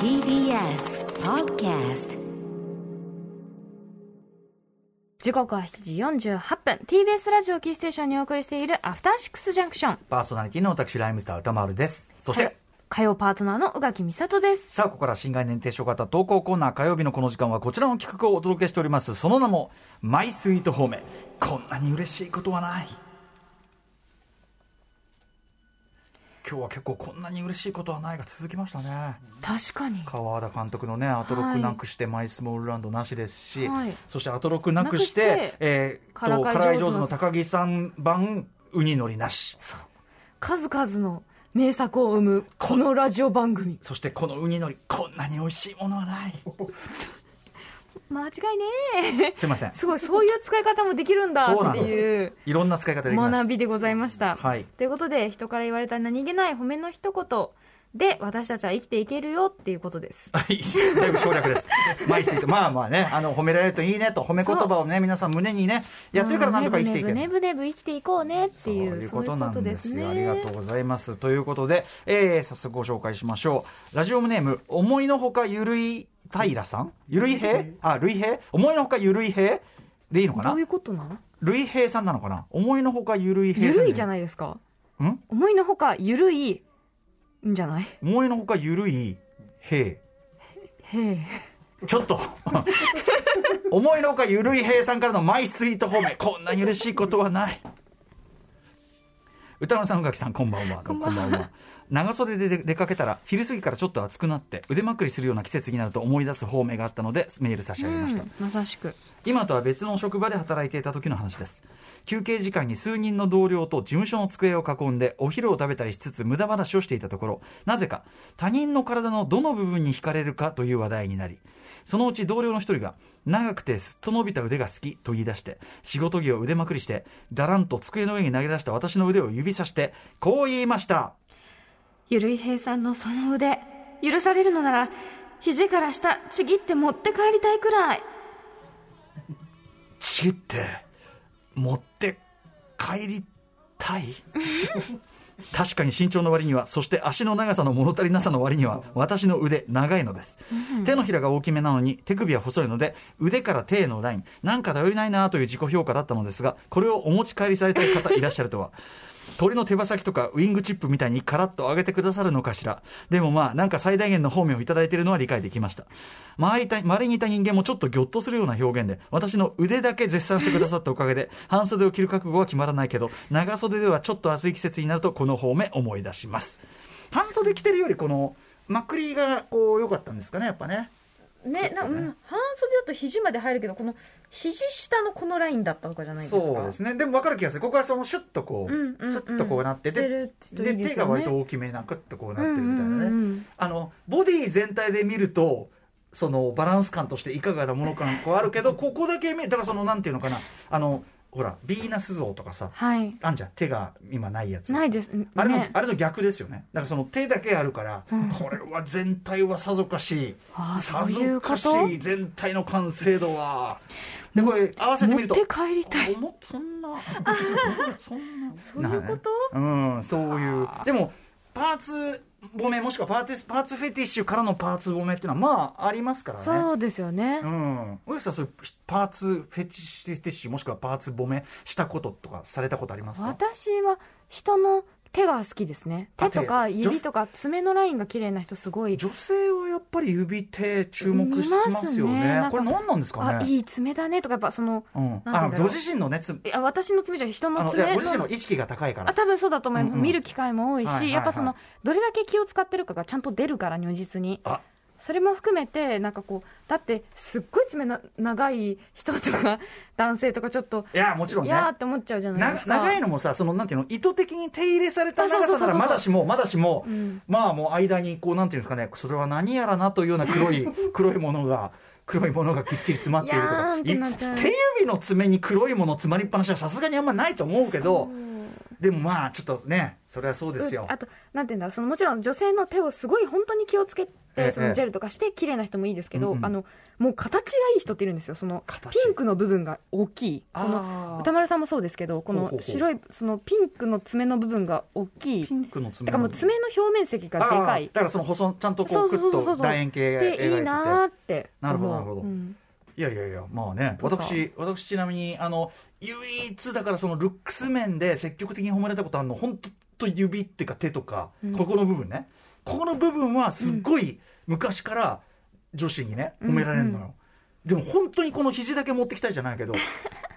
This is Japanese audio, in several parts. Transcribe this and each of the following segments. TBS Podcast 時刻は7時48分 TBS ラジオキーステーションにお送りしているアフターシックスジャンクションパーソナリティの私、ライムスター歌丸です。そして、火曜火曜パートナーの宇垣美里ですさあ、ここから侵害認定証型投稿コーナー火曜日のこの時間はこちらの企画をお届けしております。その名も、マイスイート方面。こんなに嬉しいことはない。今日は結構こんなに嬉しいことはないが続きましたね。確かに川田監督のね、アトロックなくして、マイスモールランドなしですし、はいそしてアトロックなくして、なくしてえーっとからかい上手のからい上手の高木さん版、ウニのりなし。数々の名作を生むこのラジオ番組そしてこのウニのり、こんなに美味しいものはない。間違いねえ すいません。すごいそういう使い方もできるんだそうなっんてですいういろんな使い方できます。学びでございました、はいということで人から言われた何気ない褒めの一言で私たちは生きていけるよっていうことですはい、だいぶ省略です。マイスイート、まあまあね、あの褒められるといいねと、褒め言葉をね、皆さん胸にね、やってるからなんとか生きていけねる。ぶねぶ生きていこうねってそういいううことなんですよ。そあういりうがことですとねうございます。ということで、えー、早速ご紹介しましょう。ラジオネーム、思いのほかゆるい平さんゆるい平あ、るい平思いのほかゆるい平でいいのかどなういうことなのるい平さんなのかな思いのほかゆるいゆ平さん。るいじゃいないですかん思いのほかゆるいんじゃない思いのほかゆるい平。へえちょっと 思いのほかゆるい平さんからのマイスイート方面こんなに嬉しいことはない歌野さん宇垣さんこんばんはこんばんは長袖で出出かけたら昼過ぎからちょっと暑くなって腕まくりするような季節になると思い出す方面があったのでメール差し上げました、まさしく今とは別の職場で働いていた時の話です休憩時間に数人の同僚と事務所の机を囲んでお昼を食べたりしつつ無駄話をしていたところなぜか他人の体のどの部分に惹かれるかという話題になりそのうち同僚の一人が長くてすっと伸びた腕が好きと言い出して仕事着を腕まくりしてだらんと机の上に投げ出した私の腕を指さしてこう言いましたゆるい平さんのその腕許されるのなら肘から下ちぎって持って帰りたいくらいちぎって持って帰りたい 確かに身長の割にはそして足の長さの物足りなさの割には私の腕長いのです、手のひらが大きめなのに手首は細いので腕から手へのラインなんか頼りないなという自己評価だったのですがこれをお持ち帰りされたい方いらっしゃるとは鳥の手羽先とかウィングチップみたいにカラッと上げてくださるのかしら。でもまあ、なんか最大限の方面をいただいているのは理解できました。周りいた周りにいた人間もちょっとぎょっとするような表現で、私の腕だけ絶賛してくださったおかげで、半袖を着る覚悟は決まらないけど、長袖ではちょっと暑い季節になるとこの方面思い出します。半袖着てるよりこの、まくりがこう良かったんですかね、やっぱね。ねな、うん、半袖だと肘まで入るけどこの肘下のこのラインだったとかじゃないですかそうですね。でも分かる気がする。ここはそのシュッとこう、うんうんうんシュッとこうなってしててる、といでいですよね手が割と大きめな、クッとこうなってるみたういなね。んうんうんあのボディ全体で見るとそのバランス感としていかがなものかこうあるけどここだけ見だからそのなんていうのかなあのほらヴィーナス像とかさはいあんじゃん手が今ないやつないですあれの、ねあれの逆ですよねだからその手だけあるから、これは全体はさぞかしあーさそういうこぞとかしい全体の完成度はでこれ合わせてみると持って帰りたいあもうそ んなそんなそういうことうん、そういう。でも、パーツ褒め、もしくはパーツパーツフェティッシュからのパーツ褒めっていうのは、まあ、ありますからね。そうですよね、うん。ウエストはそういうパーツフェティッシュ、フェティッシュもしくはパーツ褒めしたこととか、されたことありますか私は人の手が好きですねあ手とか手指とか爪のラインが綺麗な人すごい女性はやっぱり指手注目しますよね。見ますねなんかこれ何なんですかねあいい爪だねとかやっぱそのうん。なんあかの、ご自身のね、ついや私の爪じゃない人あのの、い爪やご自身のの意識が高いからあ。多分そうだと思います、うんうん見る機会も多いし、はいはいはいやっぱそのどれだけ気を使ってるかがちゃんと出るから如実にあそれも含めてなんかこうだってすっごい爪な長い人と か男性とかちょっといや、もちろ んいね。やーって思っちゃうじゃないでなすか長いのもさそのなんていうの意図的に手入れされた長あそうそうさそうなそらうまだしもまだしも、うんまあもう間にこうなんていうんですかねそれは何やらなというような黒 い黒いものが黒いものがきっちり詰まっているといやかーんってなっちゃうい手指の爪に黒いもの詰まりっぱなしはさすがにあんまないと思うけどうんでもまあちょっとねそれはそうですようあとなんていうんだろうそのもちろん女性の手をすごい本当に気をつけええてそのジェルとかして綺麗な人もいいですけど、うんうんあのもう形がいい人っているんですよその形ピンクの部分が大きいこのあー歌丸さんもそうですけどこほうほのうほう白いそのピンクの爪の部分が大きいピンクの爪だからもう爪の表面積がでかあいーだからその細ちゃんとこそううクそうそうそうッそとう楕円形描いててでいいなーって思うなるほどなるほどうんいやいやいやまあねとか私私ちなみにあの唯一だからそのルックス面で積極的に褒められたことあるの本当指っていうか手とか、うんここの部分ねここの部分はすっごい昔から女子にね、うん褒められるのよ、でも本当にこの肘だけ持ってきたいじゃないけ ど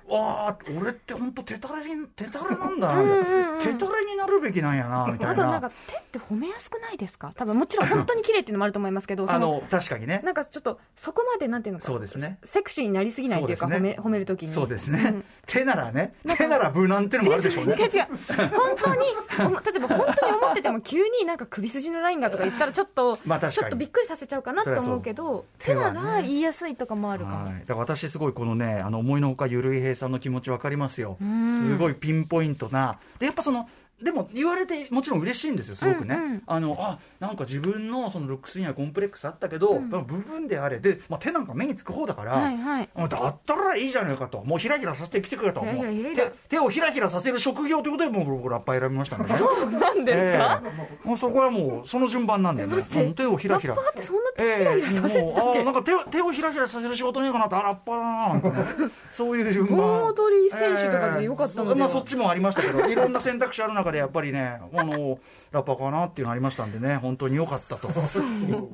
わあ俺って本当手たれに手たれなんだなみたいなうんうんうん手たれになるべきなんやなみたいなあとなんか手って褒めやすくないですか多分もちろん本当に綺麗っていうのもあると思いますけどそあのの確かにねなんかちょっとそこまでなんていうのかそうですねセクシーになりすぎないっていうかそう褒ですめ,、ね褒めるときにそうですうね、ん手ならね手なら無難っていうのもあるでしょう ね違う違う本当におも例えば本当に思ってても急になんか首筋のラインがとか言ったらちょっと、まあ確かにちょっとびっくりさせちゃうかなと思うけどそ手りゃそうな手はねら言いやすいとかもあるかも、はい、だから私すごいこのねあの思いのほかゆるい平さんの気持ち分かりますようんすごいピンポイントなでやっぱそのでも言われてもちろん嬉しいんですよすごくね、うんうんあのあなんか自分のそのルックスにはコンプレックスあったけど、まあ部分であれで、まあ、手なんか目につく方だから、はいはいあだったらいいじゃないかともうひらひらさせてきてくれとひらひらひらもうひら手手をひらひらさせる職業ということでもう僕ラッパ選びましたんでねそうなんですか、ええもうそこはもうその順番なんで、ね、待ってうん手をひらひらラッパーってそんな手ひらひらさせてたっけええもうあーなんか手を手をひらひらさせる仕事ねえかなってあラッパーだなな んかねそういう順番盆踊り選手とかでよかったのではええまあ、そっちもありましたけどい ろんな選択肢ある中でやっぱりねあのラッパーかなっていうのありましたんでね本当によかったと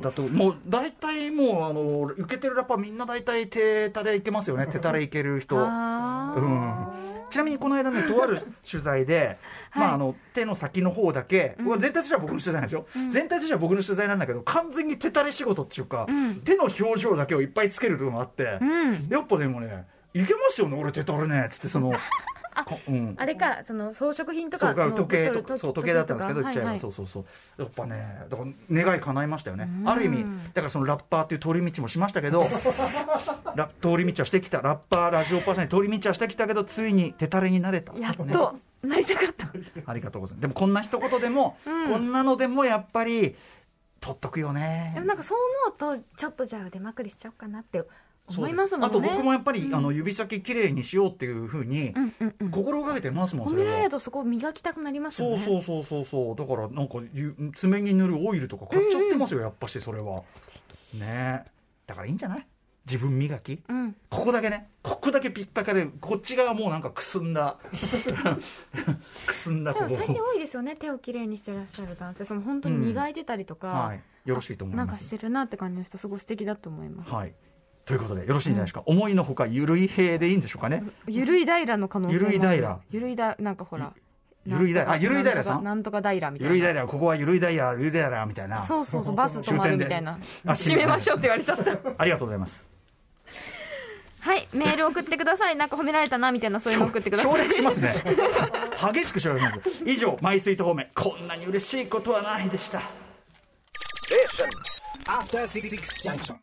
だともう大体もうあの受けてるラッパーみんな大体手たれいけますよね手たれいける人あうんー、ちなみにこの 間ね、とある取材で、はいまあ、あの手の先の方だけ、これ全体としては僕の取材なんですよ、全体としては僕の取材なんだけど、完全に手垂れ仕事っていうか、ん手の表情だけをいっぱいつける部分があって、うんやっぱでもね、いけますよね、俺手垂れねっつって、その、こうんあれかその装飾品とそかうかの時計取とるとかきそう時計だったんですけどとか言っちゃえば、はいはいそうそうそうやっぱねだから願い叶いましたよねうんある意味だからそのラッパーっていう通り道もしました けどラ通り道はしてきたラッパーラジオパーソナリティ通り道はしてきたけどついに手たれになれたやっねとなりたかったありがとうございますでもこんな一言でも、こんなのでもやっぱり取っとくよねでもなんかそう思うとちょっとじゃあ腕まくりしちゃおうかなってそ思うでいすますもんねあと僕もやっぱり、あの指先きれいにしようっていうふうにうんうんうん心がけてますもん褒そめれらはれるとそこを磨きたくなりますよそうねそうそうそうそうだからなんかゆ爪に塗るオイルとか買っちゃってますよ、やっぱしそれはねえだからいいんじゃない自分磨きうんここだけねここだけピッカピカでこっち側もうなんかくすんだ くすんだでこもこ最近多いですよね手をきれいにしてらっしゃる男性その本当に磨いてたりとか、はいよろしいと思いなんまかしすてるなって感じの人すごい素敵だと思いますはいということでよろしいんじゃないですか、思いのほかゆるい平でいいんでしょうかねゆるい平の可能性もあるゆるい平ゆるいだなんかほらゆるい平あゆるい平さんなんとかなんとか平みたいゆなるいだらここはゆるいだらゆるいだらみたいなそうそうそうバス止まるみたいな終点閉でめましょうって言われちゃったありがとうございますはい、メール送ってください。なんか褒められたなみたいな、そういうの送ってください。省略しますね激しく省略します以上マイスイート方面こんなに嬉しいことはないでした After Six Junction.